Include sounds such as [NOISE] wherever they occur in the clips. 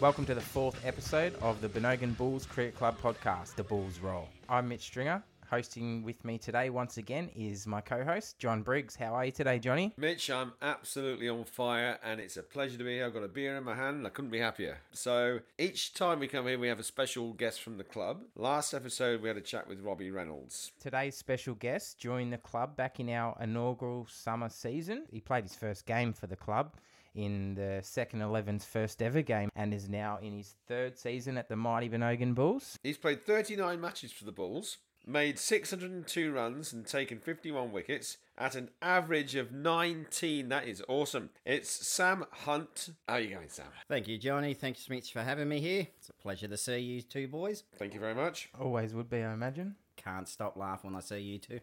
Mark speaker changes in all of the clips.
Speaker 1: Welcome to the fourth episode of the Benogan Bulls Cricket Club podcast, The Bulls Roll. I'm Mitch Stringer. Hosting with me today, once again, is my co host, John Briggs. How are you today, Johnny?
Speaker 2: Mitch, I'm absolutely on fire and it's a pleasure to be here. I've got a beer in my hand and I couldn't be happier. So each time we come here, we have a special guest from the club. Last episode, we had a chat with Robbie Reynolds.
Speaker 1: Today's special guest joined the club back in our inaugural summer season. He played his first game for the club in the second 11's first ever game and is now in his third season at the mighty Benogan Bulls.
Speaker 2: He's played 39 matches for the Bulls, made 602 runs and taken 51 wickets at an average of 19. That is awesome. It's Sam Hunt. How are you going, Sam?
Speaker 3: Thank you, Johnny. Thanks, Mitch, for having me here. It's a pleasure to see you two boys.
Speaker 2: Thank you very much.
Speaker 1: Always would be, I imagine.
Speaker 3: Can't stop laughing when I see you two.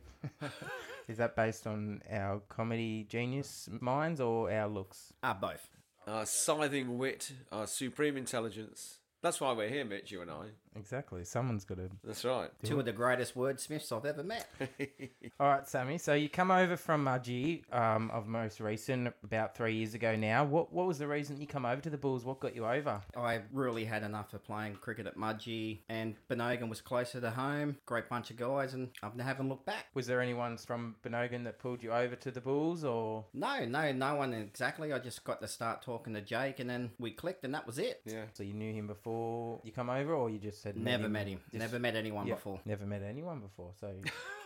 Speaker 1: Is that based on our comedy genius minds or our looks?
Speaker 3: Ah, both.
Speaker 2: Our scything wit, our supreme intelligence. That's why we're here, Mitch, you and I.
Speaker 1: Exactly. Someone's got to.
Speaker 2: That's right. [LAUGHS]
Speaker 3: Two of the greatest wordsmiths I've ever met.
Speaker 1: All right, Sammy. So you come over from Mudgee um, of most recent, about three years ago now. What what was the reason you come over to the Bulls? What got you over?
Speaker 3: I really had enough of playing cricket at Mudgee, and Benogan was closer to home. Great bunch of guys, and I haven't looked back.
Speaker 1: Was there anyone from Benogan that pulled you over to the Bulls, or
Speaker 3: No, no, no one exactly. I just got to start talking to Jake, and then we clicked, and that was it.
Speaker 2: Yeah.
Speaker 1: so you knew him before you come over, or you just said
Speaker 3: Never met him.
Speaker 1: Just-
Speaker 3: Never met anyone
Speaker 1: Yeah,
Speaker 3: before.
Speaker 1: Never met anyone before, so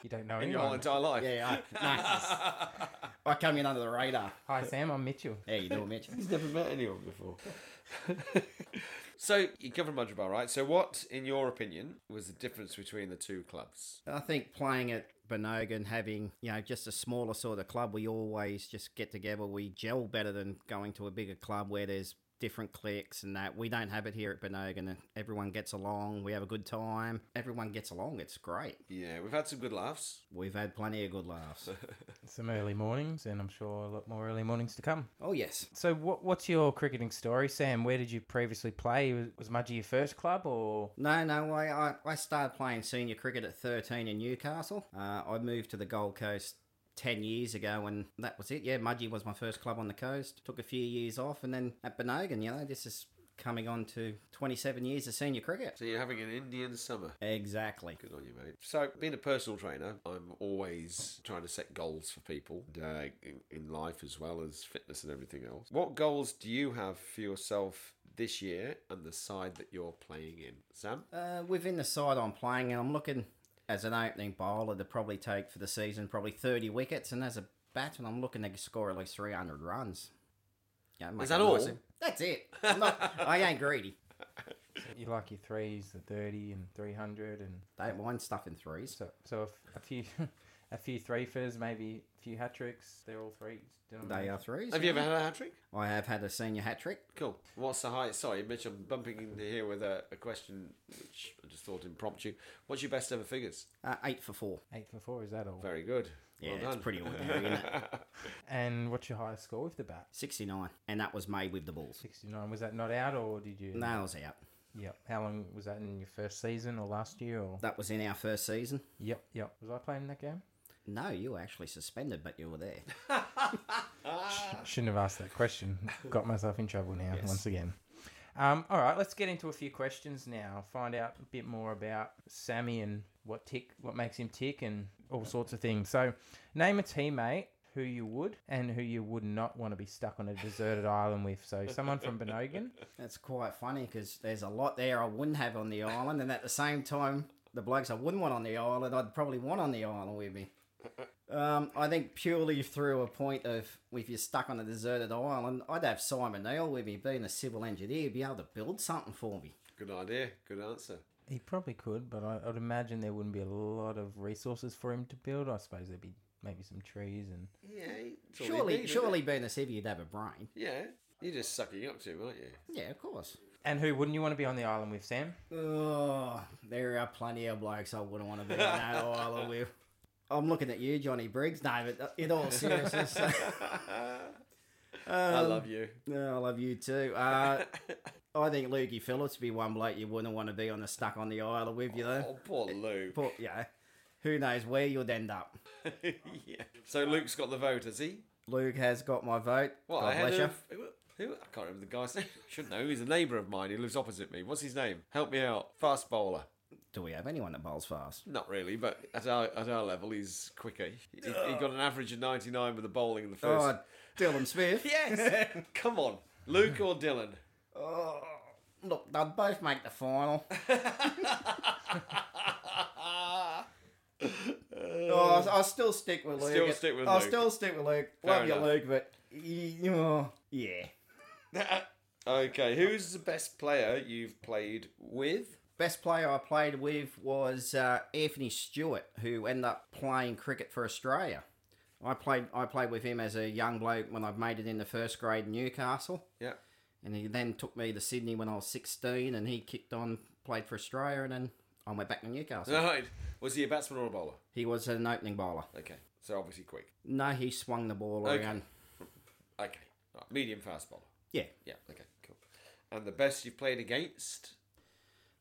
Speaker 1: you don't know
Speaker 2: [LAUGHS] In your whole
Speaker 1: anyone.
Speaker 2: entire life.
Speaker 3: Yeah, I, no, I come in under the radar.
Speaker 1: Hi, Sam. I'm Mitchell.
Speaker 3: How you doing, Mitch?
Speaker 2: He's never met anyone before. [LAUGHS] so you come from Madrigal, right? So what, in your opinion, was the difference between the two clubs?
Speaker 3: I think playing at Benogan, having you know just a smaller sort of club, we always just get together. We gel better than going to a bigger club where there's different cliques and that. We don't have it here at Benogan, and everyone gets along. We have a good time. Everyone gets along. It's great.
Speaker 2: Yeah, we've had some good laughs.
Speaker 3: We've had plenty of good laughs.
Speaker 1: Some early mornings, and I'm sure a lot more early mornings to come.
Speaker 3: oh yes,
Speaker 1: So, what, what's your cricketing story, Sam? Where did you previously play? Was, was Mudgee your first club, or
Speaker 3: No, no, I, I, I started playing senior cricket at 13 in Newcastle. Uh, I moved to the Gold Coast 10 years ago, and that was it. Yeah, Mudgee was my first club on the coast. Took a few years off, and then at Benogan, you know, this is coming on to 27 years of senior cricket.
Speaker 2: So you're having an Indian summer.
Speaker 3: Exactly.
Speaker 2: Good on you, mate. So, being a personal trainer, I'm always trying to set goals for people and, uh, in, in life as well as fitness and everything else. What goals do you have for yourself this year and the side that you're playing in, Sam?
Speaker 3: Uh, within the side I'm playing, and I'm looking as an opening bowler to probably take for the season probably 30 wickets, and as a batsman, I'm looking to score at least 300 runs. Yeah, make
Speaker 2: Is that
Speaker 3: a nice-
Speaker 2: all?
Speaker 3: That's it. I'm not, I ain't greedy.
Speaker 1: you like your threes, the thirty and three hundred, and
Speaker 3: Don't mind stuffing threes.
Speaker 1: so so a, f- a few [LAUGHS] a few threefers, maybe a few hat tricks. They're all threes.
Speaker 3: They are threes.
Speaker 2: Oh, Have you ever had a hat trick?
Speaker 3: I have had a senior hat trick.
Speaker 2: Cool. What's the highest? Sorry, Mitch, I'm bumping into here with a, a question which I just thought impromptu. What's your best ever figures?
Speaker 3: Uh, eight for four.
Speaker 1: Eight for four. Is that all?
Speaker 2: Very good.
Speaker 3: Yeah,
Speaker 2: well
Speaker 3: it's
Speaker 2: done.
Speaker 3: pretty ordinary, isn't it?
Speaker 1: And what's your highest score with the bat?
Speaker 3: 69. And that was made with the balls.
Speaker 1: Sixty nine. Was that not out, or did you?
Speaker 3: No, I was out.
Speaker 1: Yep. How long was that in your first season, or last year, or?
Speaker 3: That was in our first season.
Speaker 1: Yep. Yep. Was I playing that game?
Speaker 3: No, you were actually suspended, but you
Speaker 2: [LAUGHS]
Speaker 3: were there.
Speaker 1: Shouldn't have asked that [LAUGHS] question. Got myself in trouble now once again. Um, all right, let's get into a few questions now. Find out a bit more about Sammy and what tick, what makes him tick, and all sorts of things. So, name a teammate who you would and who you would not want to be stuck on a deserted island with. So, someone from Benogan.
Speaker 3: That's quite funny because there's a lot there I wouldn't have on the island, and at the same time, the blokes I wouldn't want on the island, I'd probably want on the island with me. Um, I think purely through a point of if you're stuck on a deserted island, I'd have Simon Neil with me, being a civil engineer, he'd be able to build something for me.
Speaker 2: [LAUGHS] Good idea. Good answer.
Speaker 1: [LAUGHS] He probably could, but I, I'd imagine there wouldn't be a lot of resources for him to build. I suppose there'd be maybe some trees and
Speaker 2: Yeah. it's all you
Speaker 3: Surely,
Speaker 2: need, isn't
Speaker 3: surely
Speaker 2: it?
Speaker 3: being a civvy, you'd have a brain.
Speaker 2: Yeah. You're just sucking up to, aren't you?
Speaker 3: [LAUGHS] Yeah, of course.
Speaker 1: and who wouldn't you want to be on the island with, Sam?
Speaker 3: Oh, there are plenty of blokes I wouldn't want to be on that
Speaker 2: [LAUGHS]
Speaker 3: island
Speaker 2: [LAUGHS]
Speaker 3: uh, with. I'm looking at you, Johnny Briggs. No, but in all seriousness,
Speaker 2: I love you.
Speaker 3: No, um, I love you too.
Speaker 2: [LAUGHS]
Speaker 3: Uh, I think Lukey Phillips would be one bloke you wouldn't want to be on the stuck on the island with you though.
Speaker 2: Oh, poor Luke.
Speaker 3: But yeah, who knows where you'd end up.
Speaker 2: [LAUGHS] yeah. So Luke's got the vote, has he?
Speaker 3: Luke has got my vote.
Speaker 2: What,
Speaker 3: God
Speaker 2: ahead
Speaker 3: bless you.
Speaker 2: of... Who, who- I can't remember the guy's [LAUGHS] name. I should know. He's a neighbour of mine. He lives opposite me. What's his name? Help me out. Fast bowler.
Speaker 3: Do we have anyone that bowls fast?
Speaker 2: Not really, but at our, at our level, he's quicker. He, he got an average of 99 with the bowling in the first.
Speaker 3: Oh,
Speaker 2: [LAUGHS]
Speaker 3: Dylan Smith.
Speaker 2: Yes! Come on. Luke or
Speaker 3: [LAUGHS]
Speaker 2: Dylan?
Speaker 3: Oh, look, they'll both make the final. Oh, I'll, I'll still stick with Luke.
Speaker 2: Still stick with
Speaker 3: I'll
Speaker 2: Luke.
Speaker 3: still stick with Luke.
Speaker 2: Fair
Speaker 3: Love you,
Speaker 2: enough.
Speaker 3: Luke, but y- oh, yeah.
Speaker 2: Uh, okay, who's the best player you've played with?
Speaker 3: Best player I played with was uh, Anthony Stewart, who ended up playing cricket for Australia. I played I played with him as a young bloke when I made it in the first grade in Newcastle,
Speaker 2: Yeah.
Speaker 3: and he then took me to Sydney when I was sixteen, and he kicked on, played for Australia, and then I went back to Newcastle.
Speaker 2: Right. Was he a batsman or a bowler?
Speaker 3: He was an opening bowler.
Speaker 2: Okay, so obviously quick.
Speaker 3: No, he swung the ball
Speaker 2: Okay.
Speaker 3: around.
Speaker 2: Okay, right. medium fast bowler.
Speaker 3: Yeah.
Speaker 2: Yeah, okay, cool. And the best you've played against?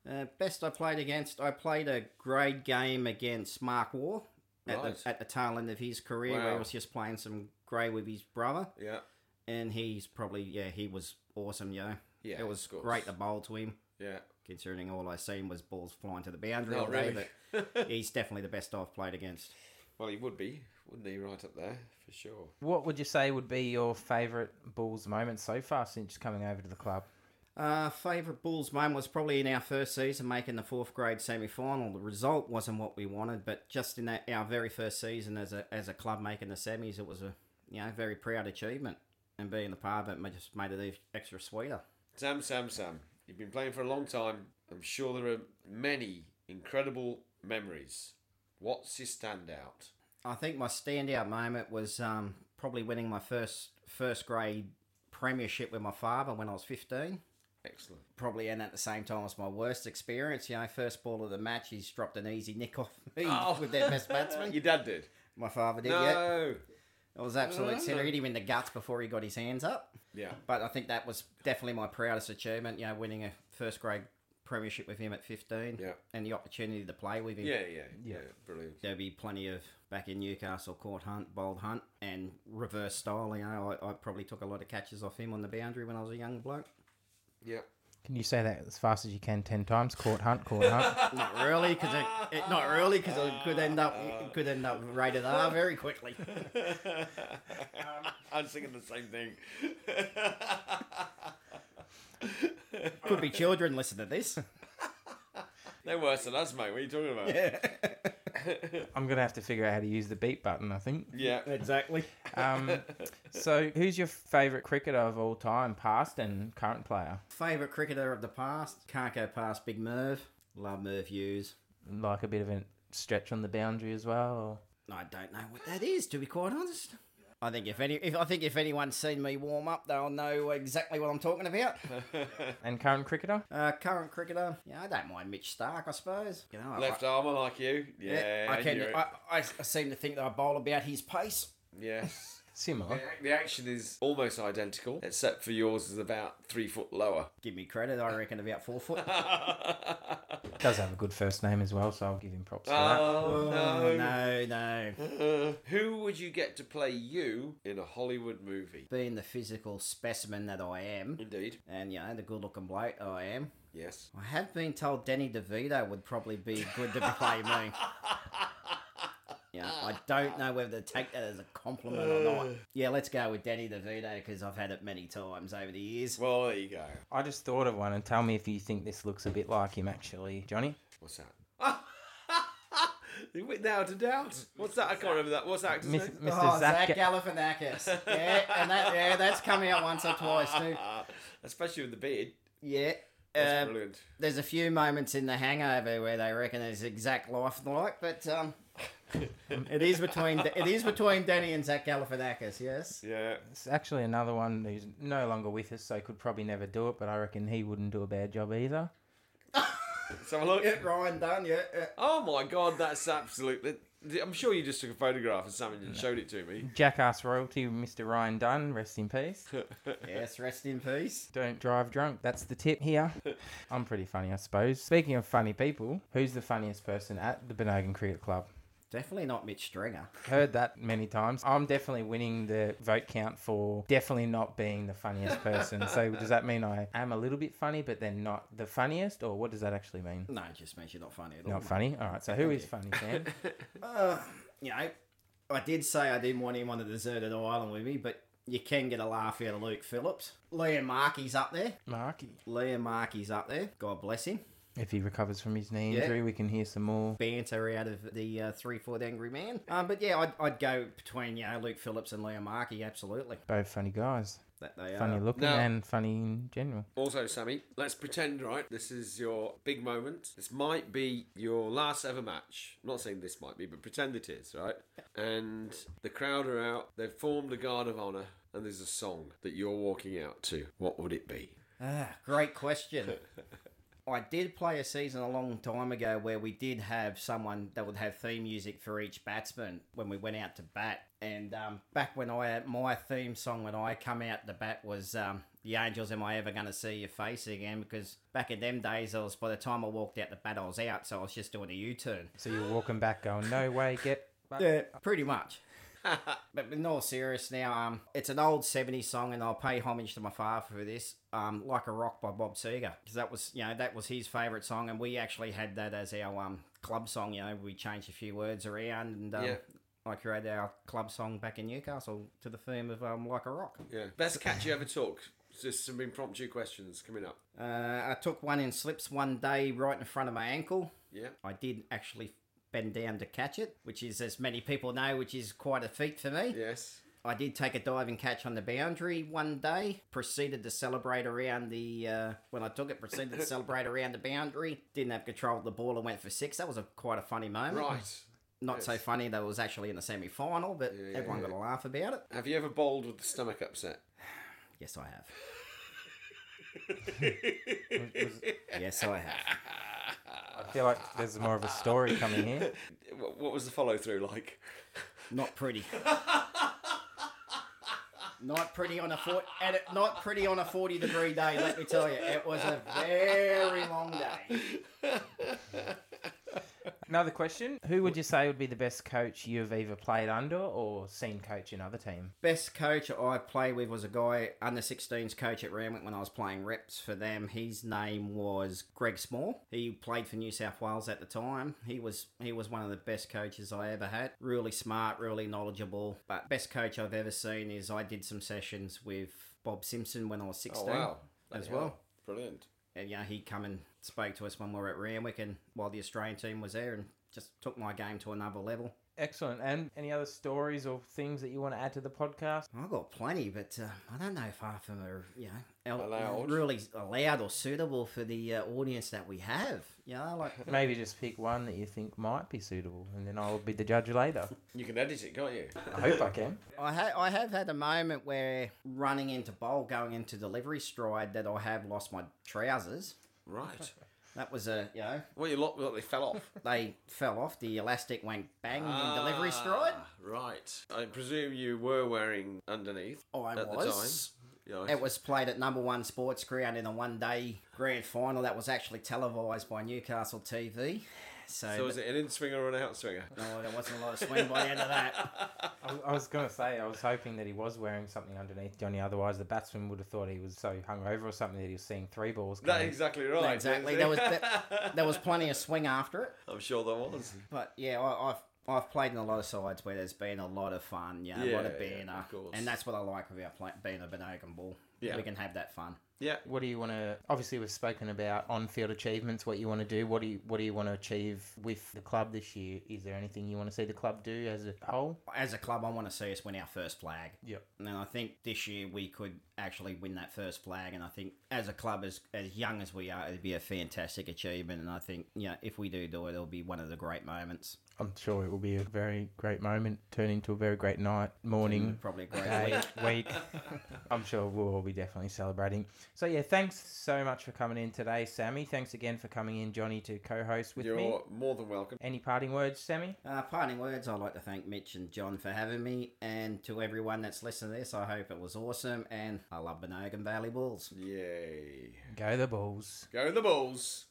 Speaker 3: Uh, best I played against, I played a grade game against Mark War at,
Speaker 2: Right.
Speaker 3: the, at the tail end of his career, where
Speaker 2: Wow.
Speaker 3: he was just playing some grey with his brother.
Speaker 2: Yeah.
Speaker 3: And he's probably, yeah, he was awesome, yo.
Speaker 2: Yeah,
Speaker 3: it was
Speaker 2: of course.
Speaker 3: great to bowl to him,
Speaker 2: Yeah.
Speaker 3: considering all I seen was balls flying to the boundary
Speaker 2: Not
Speaker 3: all day.
Speaker 2: really. [LAUGHS]
Speaker 3: But he's definitely the best I've played against.
Speaker 2: Well, he would be, wouldn't he, right up there, for sure.
Speaker 1: What would you say would be your favourite Bulls moment so far since coming over to the club?
Speaker 3: Uh, favourite Bulls moment was probably in our first season, making the fourth grade semi final. The result wasn't what we wanted, but just in that, our very first season as a as a club making the semis, it was a you know very proud achievement, and being a part of it ma- just made it e- extra sweeter.
Speaker 2: Sam, Sam, Sam, you've been playing for a long time. I'm sure there are many incredible memories. What's your standout?
Speaker 3: I think my standout moment was um, probably winning my first first grade premiership with my father when I was fifteen.
Speaker 2: Excellent.
Speaker 3: Probably and at the same time as my worst experience. You know, first ball of the match, he's dropped an easy nick off me [LAUGHS] with their best
Speaker 2: [LAUGHS]
Speaker 3: Uh, batsman.
Speaker 2: Your dad did.
Speaker 3: My father did, yeah.
Speaker 2: No.
Speaker 3: It was absolute sinner. Hit him in the guts before he got his hands up.
Speaker 2: Yeah.
Speaker 3: But I think that was definitely my proudest achievement, you know, winning a first grade premiership with him at 15
Speaker 2: Yeah.
Speaker 3: and the opportunity to play with him.
Speaker 2: Yeah, yeah, yeah. Brilliant.
Speaker 3: There'll be plenty of back in Newcastle court hunt, bold hunt, and reverse style. You know, I, I probably took a lot of catches off him on the boundary when I was a young bloke.
Speaker 2: Yeah.
Speaker 1: Can you say that as fast as you can ten times? Court hunt, court hunt.
Speaker 3: Not really, because it, it not really, because it could end up it could end up rated R very quickly.
Speaker 2: [LAUGHS] I'm singing the same thing.
Speaker 3: [LAUGHS] Could be children listen to this.
Speaker 2: They're worse than us, mate. What are you talking about?
Speaker 1: [LAUGHS] I'm gonna have to figure out how to use the beat button. I think.
Speaker 2: Yeah.
Speaker 3: exactly.
Speaker 1: Um, so, who's your favourite cricketer of all time, past and current player?
Speaker 3: Favourite cricketer of the past? Can't go past Big Merv. Love Merv Hughes.
Speaker 1: Like a bit of a stretch on the boundary as well. Or...
Speaker 3: I don't know what that is, to be quite honest. I think if any, if, I think if anyone's seen me warm up, they'll know exactly what I'm talking about.
Speaker 1: And current cricketer?
Speaker 3: Uh, current cricketer, yeah, I don't mind Mitch Stark, I suppose. You know, I-
Speaker 2: Left
Speaker 3: I,
Speaker 2: arm, I like you. Yeah.
Speaker 3: I can.
Speaker 2: you're-
Speaker 3: I, I, I seem to think that I bowl about his pace.
Speaker 2: Yes. The
Speaker 1: Similar.
Speaker 2: ac- The action is almost identical, except for yours is about three foot lower. [LAUGHS]
Speaker 3: Give me credit, I reckon about four foot.
Speaker 1: Does have a good first name as well, so I'll give him props for that.
Speaker 2: Oh,
Speaker 3: Oh, no, no.
Speaker 2: Uh, who would you get to play you in a Hollywood movie?
Speaker 3: Being the physical specimen that I am,
Speaker 2: Indeed.
Speaker 3: and you know the good-looking bloke I am,
Speaker 2: Yes.
Speaker 3: I have been told Danny DeVito would probably be good to play me. Yeah, I don't know whether to take that as a compliment or [SIGHS] not. Yeah, let's go with Danny DeVito because I've had it many times over the years.
Speaker 2: Well, there you go.
Speaker 1: I just thought of one, and tell me if you think this looks a bit like him, actually, Johnny.
Speaker 2: What's that? [LAUGHS] Without a doubt. What's that? I can't remember that. What's that?
Speaker 1: Miss- Mr.
Speaker 3: Oh, Zach
Speaker 1: Zach.
Speaker 3: Galifianakis. Yeah, and that, yeah, that's coming out once or twice too.
Speaker 2: [LAUGHS] Especially with the beard.
Speaker 3: Yeah.
Speaker 2: That's
Speaker 3: Um,
Speaker 2: brilliant.
Speaker 3: there's a few moments in The Hangover where they reckon it's exact life like, but um, it is between it is between Danny and Zach Galifianakis. Yes.
Speaker 2: Yeah.
Speaker 1: It's actually another one who's no longer with us, so could probably never do it, but I reckon he wouldn't do a bad job either.
Speaker 2: Let's have a look.
Speaker 3: Ryan Dunn. Yeah. uh, yeah.
Speaker 2: Oh my god, that's absolutely. I'm sure you just took a photograph of something and showed it to me.
Speaker 1: Jackass royalty, Mr. Ryan Dunn, rest in peace.
Speaker 3: Yes, rest in peace.
Speaker 1: Don't drive drunk. That's the tip here. I'm pretty funny, I suppose. Speaking of funny people, who's the funniest person at the Benogan Cricket Club?
Speaker 3: Definitely not Mitch Stringer.
Speaker 1: Heard that many times. I'm definitely winning the vote count for definitely not being the funniest person. so does that mean I am a little bit funny, but then not the funniest, or what does that actually mean?
Speaker 3: No, it just means you're not funny at all.
Speaker 1: Not funny. All right. So who is funny, Sam?
Speaker 3: Uh, you know, I did say I didn't want him on the deserted island with me, but you can get a laugh out of Luke Phillips. Liam Markey's up there.
Speaker 1: Marky.
Speaker 3: Liam Markey's up there. God bless him.
Speaker 1: If he recovers from his knee
Speaker 3: Yeah.
Speaker 1: injury, we can hear some more.
Speaker 3: Banter out of the uh, three-foot angry man. Um, but yeah, I'd, I'd go between you know Luke Phillips and Liam Markey. Absolutely,
Speaker 1: Both funny guys,
Speaker 3: that they are.
Speaker 1: funny looking
Speaker 2: No.
Speaker 1: and funny in general.
Speaker 2: Also, Sammy, let's pretend, right? This is your big moment. This might be your last ever match. I'm not saying this might be, but pretend it is, right? And the crowd are out. They've formed a guard of honor, and there's a song that you're walking out to. What would it be?
Speaker 3: Ah, great question. I did play a season a long time ago where we did have someone that would have theme music for each batsman when we went out to bat. And um, back when I my theme song when I come out to bat was um, "The Angels, Am I Ever Going to See Your Face Again?" Because back in them days, I was by the time I walked out the bat, I was out, so I was just doing a U turn.
Speaker 1: So you're walking back, going, "No way, get." back."
Speaker 3: Yeah, pretty much. [LAUGHS] but in all serious now, um, it's an old 70s song, and I'll pay homage to my father for this. Um, like a rock by Bob Seger, because that was you know that was his favourite song, and we actually had that as our um club song. You know, we changed a few words around, and um,
Speaker 2: Yeah.
Speaker 3: I created our club song back in Newcastle to the theme of um like a rock.
Speaker 2: Yeah. Best catch you ever took. Just some impromptu questions coming up.
Speaker 3: Uh, I took one in slips one day right in front of my ankle.
Speaker 2: Yeah.
Speaker 3: I did actually bend down to catch it, which is as many people know, which is quite a feat for me.
Speaker 2: Yes.
Speaker 3: I did take a dive and catch on the boundary one day. Proceeded to celebrate around the uh, when I took it. Proceeded to celebrate around the boundary. Didn't have control of the ball and went for six. That was a quite a funny moment.
Speaker 2: Right.
Speaker 3: Not so
Speaker 2: yes.
Speaker 3: funny that it was actually in the semi final, but
Speaker 2: Yeah, yeah,
Speaker 3: everyone
Speaker 2: yeah.
Speaker 3: got a laugh about it.
Speaker 2: Have you ever bowled with the stomach
Speaker 3: [LAUGHS]
Speaker 2: upset?
Speaker 3: Yes, I have. yes, I have.
Speaker 1: I feel like there's more of a story coming here.
Speaker 2: Wh- What was the follow through like?
Speaker 3: Not pretty. Not pretty on a four, and it, not pretty on a forty degree day. Let me tell you, it was a very long day.
Speaker 1: [LAUGHS] Another question: Who would you say would be the best coach you've either played under or seen coach another team?
Speaker 3: best coach I played with was a guy under 16s coach at Ramwick when I was playing reps for them. His name was Greg Small. He played for New South Wales at the time. He was he was one of the best coaches I ever had. Really smart, really knowledgeable. But best coach I've ever seen is I did some sessions with Bob Simpson when I was 16
Speaker 2: Oh, Bloody
Speaker 3: as
Speaker 2: hell.
Speaker 3: well.
Speaker 2: Brilliant.
Speaker 3: And yeah, he come and spoke to us when we were at Ramwick and while the Australian team was there and just took my game to another level.
Speaker 1: Excellent. And any other stories or things that you want to add to the podcast?
Speaker 3: I've got plenty, but uh, I don't know if half of them are, you know, el-
Speaker 2: Allowed.
Speaker 3: really allowed or suitable for the uh, audience that we have. You know,
Speaker 2: [LAUGHS]
Speaker 3: like,
Speaker 1: Maybe just pick one that you think might be suitable, and then I'll be the judge later.
Speaker 2: You can edit it,
Speaker 3: [LAUGHS]
Speaker 2: can't you?
Speaker 1: I hope I can.
Speaker 3: I, ha- I have had a moment where running into bowl, going into delivery stride, that I have lost my trousers.
Speaker 2: Right.
Speaker 3: That was a, you know,
Speaker 2: Well, you lot, lot they fell
Speaker 3: [LAUGHS]
Speaker 2: off.
Speaker 3: they fell off, the elastic went bang in delivery stride.
Speaker 2: Ah, Right. I presume you were wearing underneath
Speaker 3: I
Speaker 2: at
Speaker 3: was.
Speaker 2: the time. Yeah.
Speaker 3: It was played at number one sports ground in a one day grand final that was actually televised by Newcastle TV. So,
Speaker 2: so was it an in swinger or an out swinger?
Speaker 3: no, there wasn't a lot of swing by the end of that.
Speaker 2: [LAUGHS]
Speaker 1: I, I was going to say, I was hoping that he was wearing something underneath Johnny, otherwise, the batsman would have thought he was so hungover or something that he was seeing three balls.
Speaker 2: That's
Speaker 1: Coming.
Speaker 2: exactly right.
Speaker 3: exactly.
Speaker 2: isn't
Speaker 3: There
Speaker 2: it?
Speaker 3: was there, there was plenty of swing after it,
Speaker 2: [LAUGHS] I'm sure there was.
Speaker 3: but yeah, I, I've I've played in a lot of sides where there's been a lot of fun, yeah, a lot
Speaker 2: Yeah,
Speaker 3: of
Speaker 2: yeah,
Speaker 3: banner,
Speaker 2: of course.
Speaker 3: and that's what I like about play, being a Benogan ball.
Speaker 2: Yeah.
Speaker 3: we can have that fun.
Speaker 2: Yeah.
Speaker 1: What do you want to? Obviously, we've spoken about on-field achievements. What you want to do? What do you What do you want to achieve with the club this year? Is there anything you want to see the club do as a whole?
Speaker 3: As a club, I want to see us win our first flag,
Speaker 1: Yep.
Speaker 3: and I think this year we could actually win that first flag. And I think as a club, as as young as we are, it'd be a fantastic achievement. And I think you know, if we do do it, it'll be one of the great moments,
Speaker 1: I'm sure it will be a very great moment, turn into a very great night, morning,
Speaker 3: probably a great
Speaker 1: day,
Speaker 3: week.
Speaker 1: week. I'm sure we'll all be definitely celebrating. So yeah, thanks so much for coming in today, Sammy. Thanks again for coming in, Johnny, to co-host with
Speaker 2: You're
Speaker 1: me.
Speaker 2: more than welcome.
Speaker 1: Any parting words, Sammy?
Speaker 3: Uh, parting words, I'd like to thank Mitch and John for having me, and to everyone that's listening to this, I hope it was awesome, and I love Benogan Valley Bulls.
Speaker 2: Yay.
Speaker 1: Go the Bulls.
Speaker 2: Go the Bulls.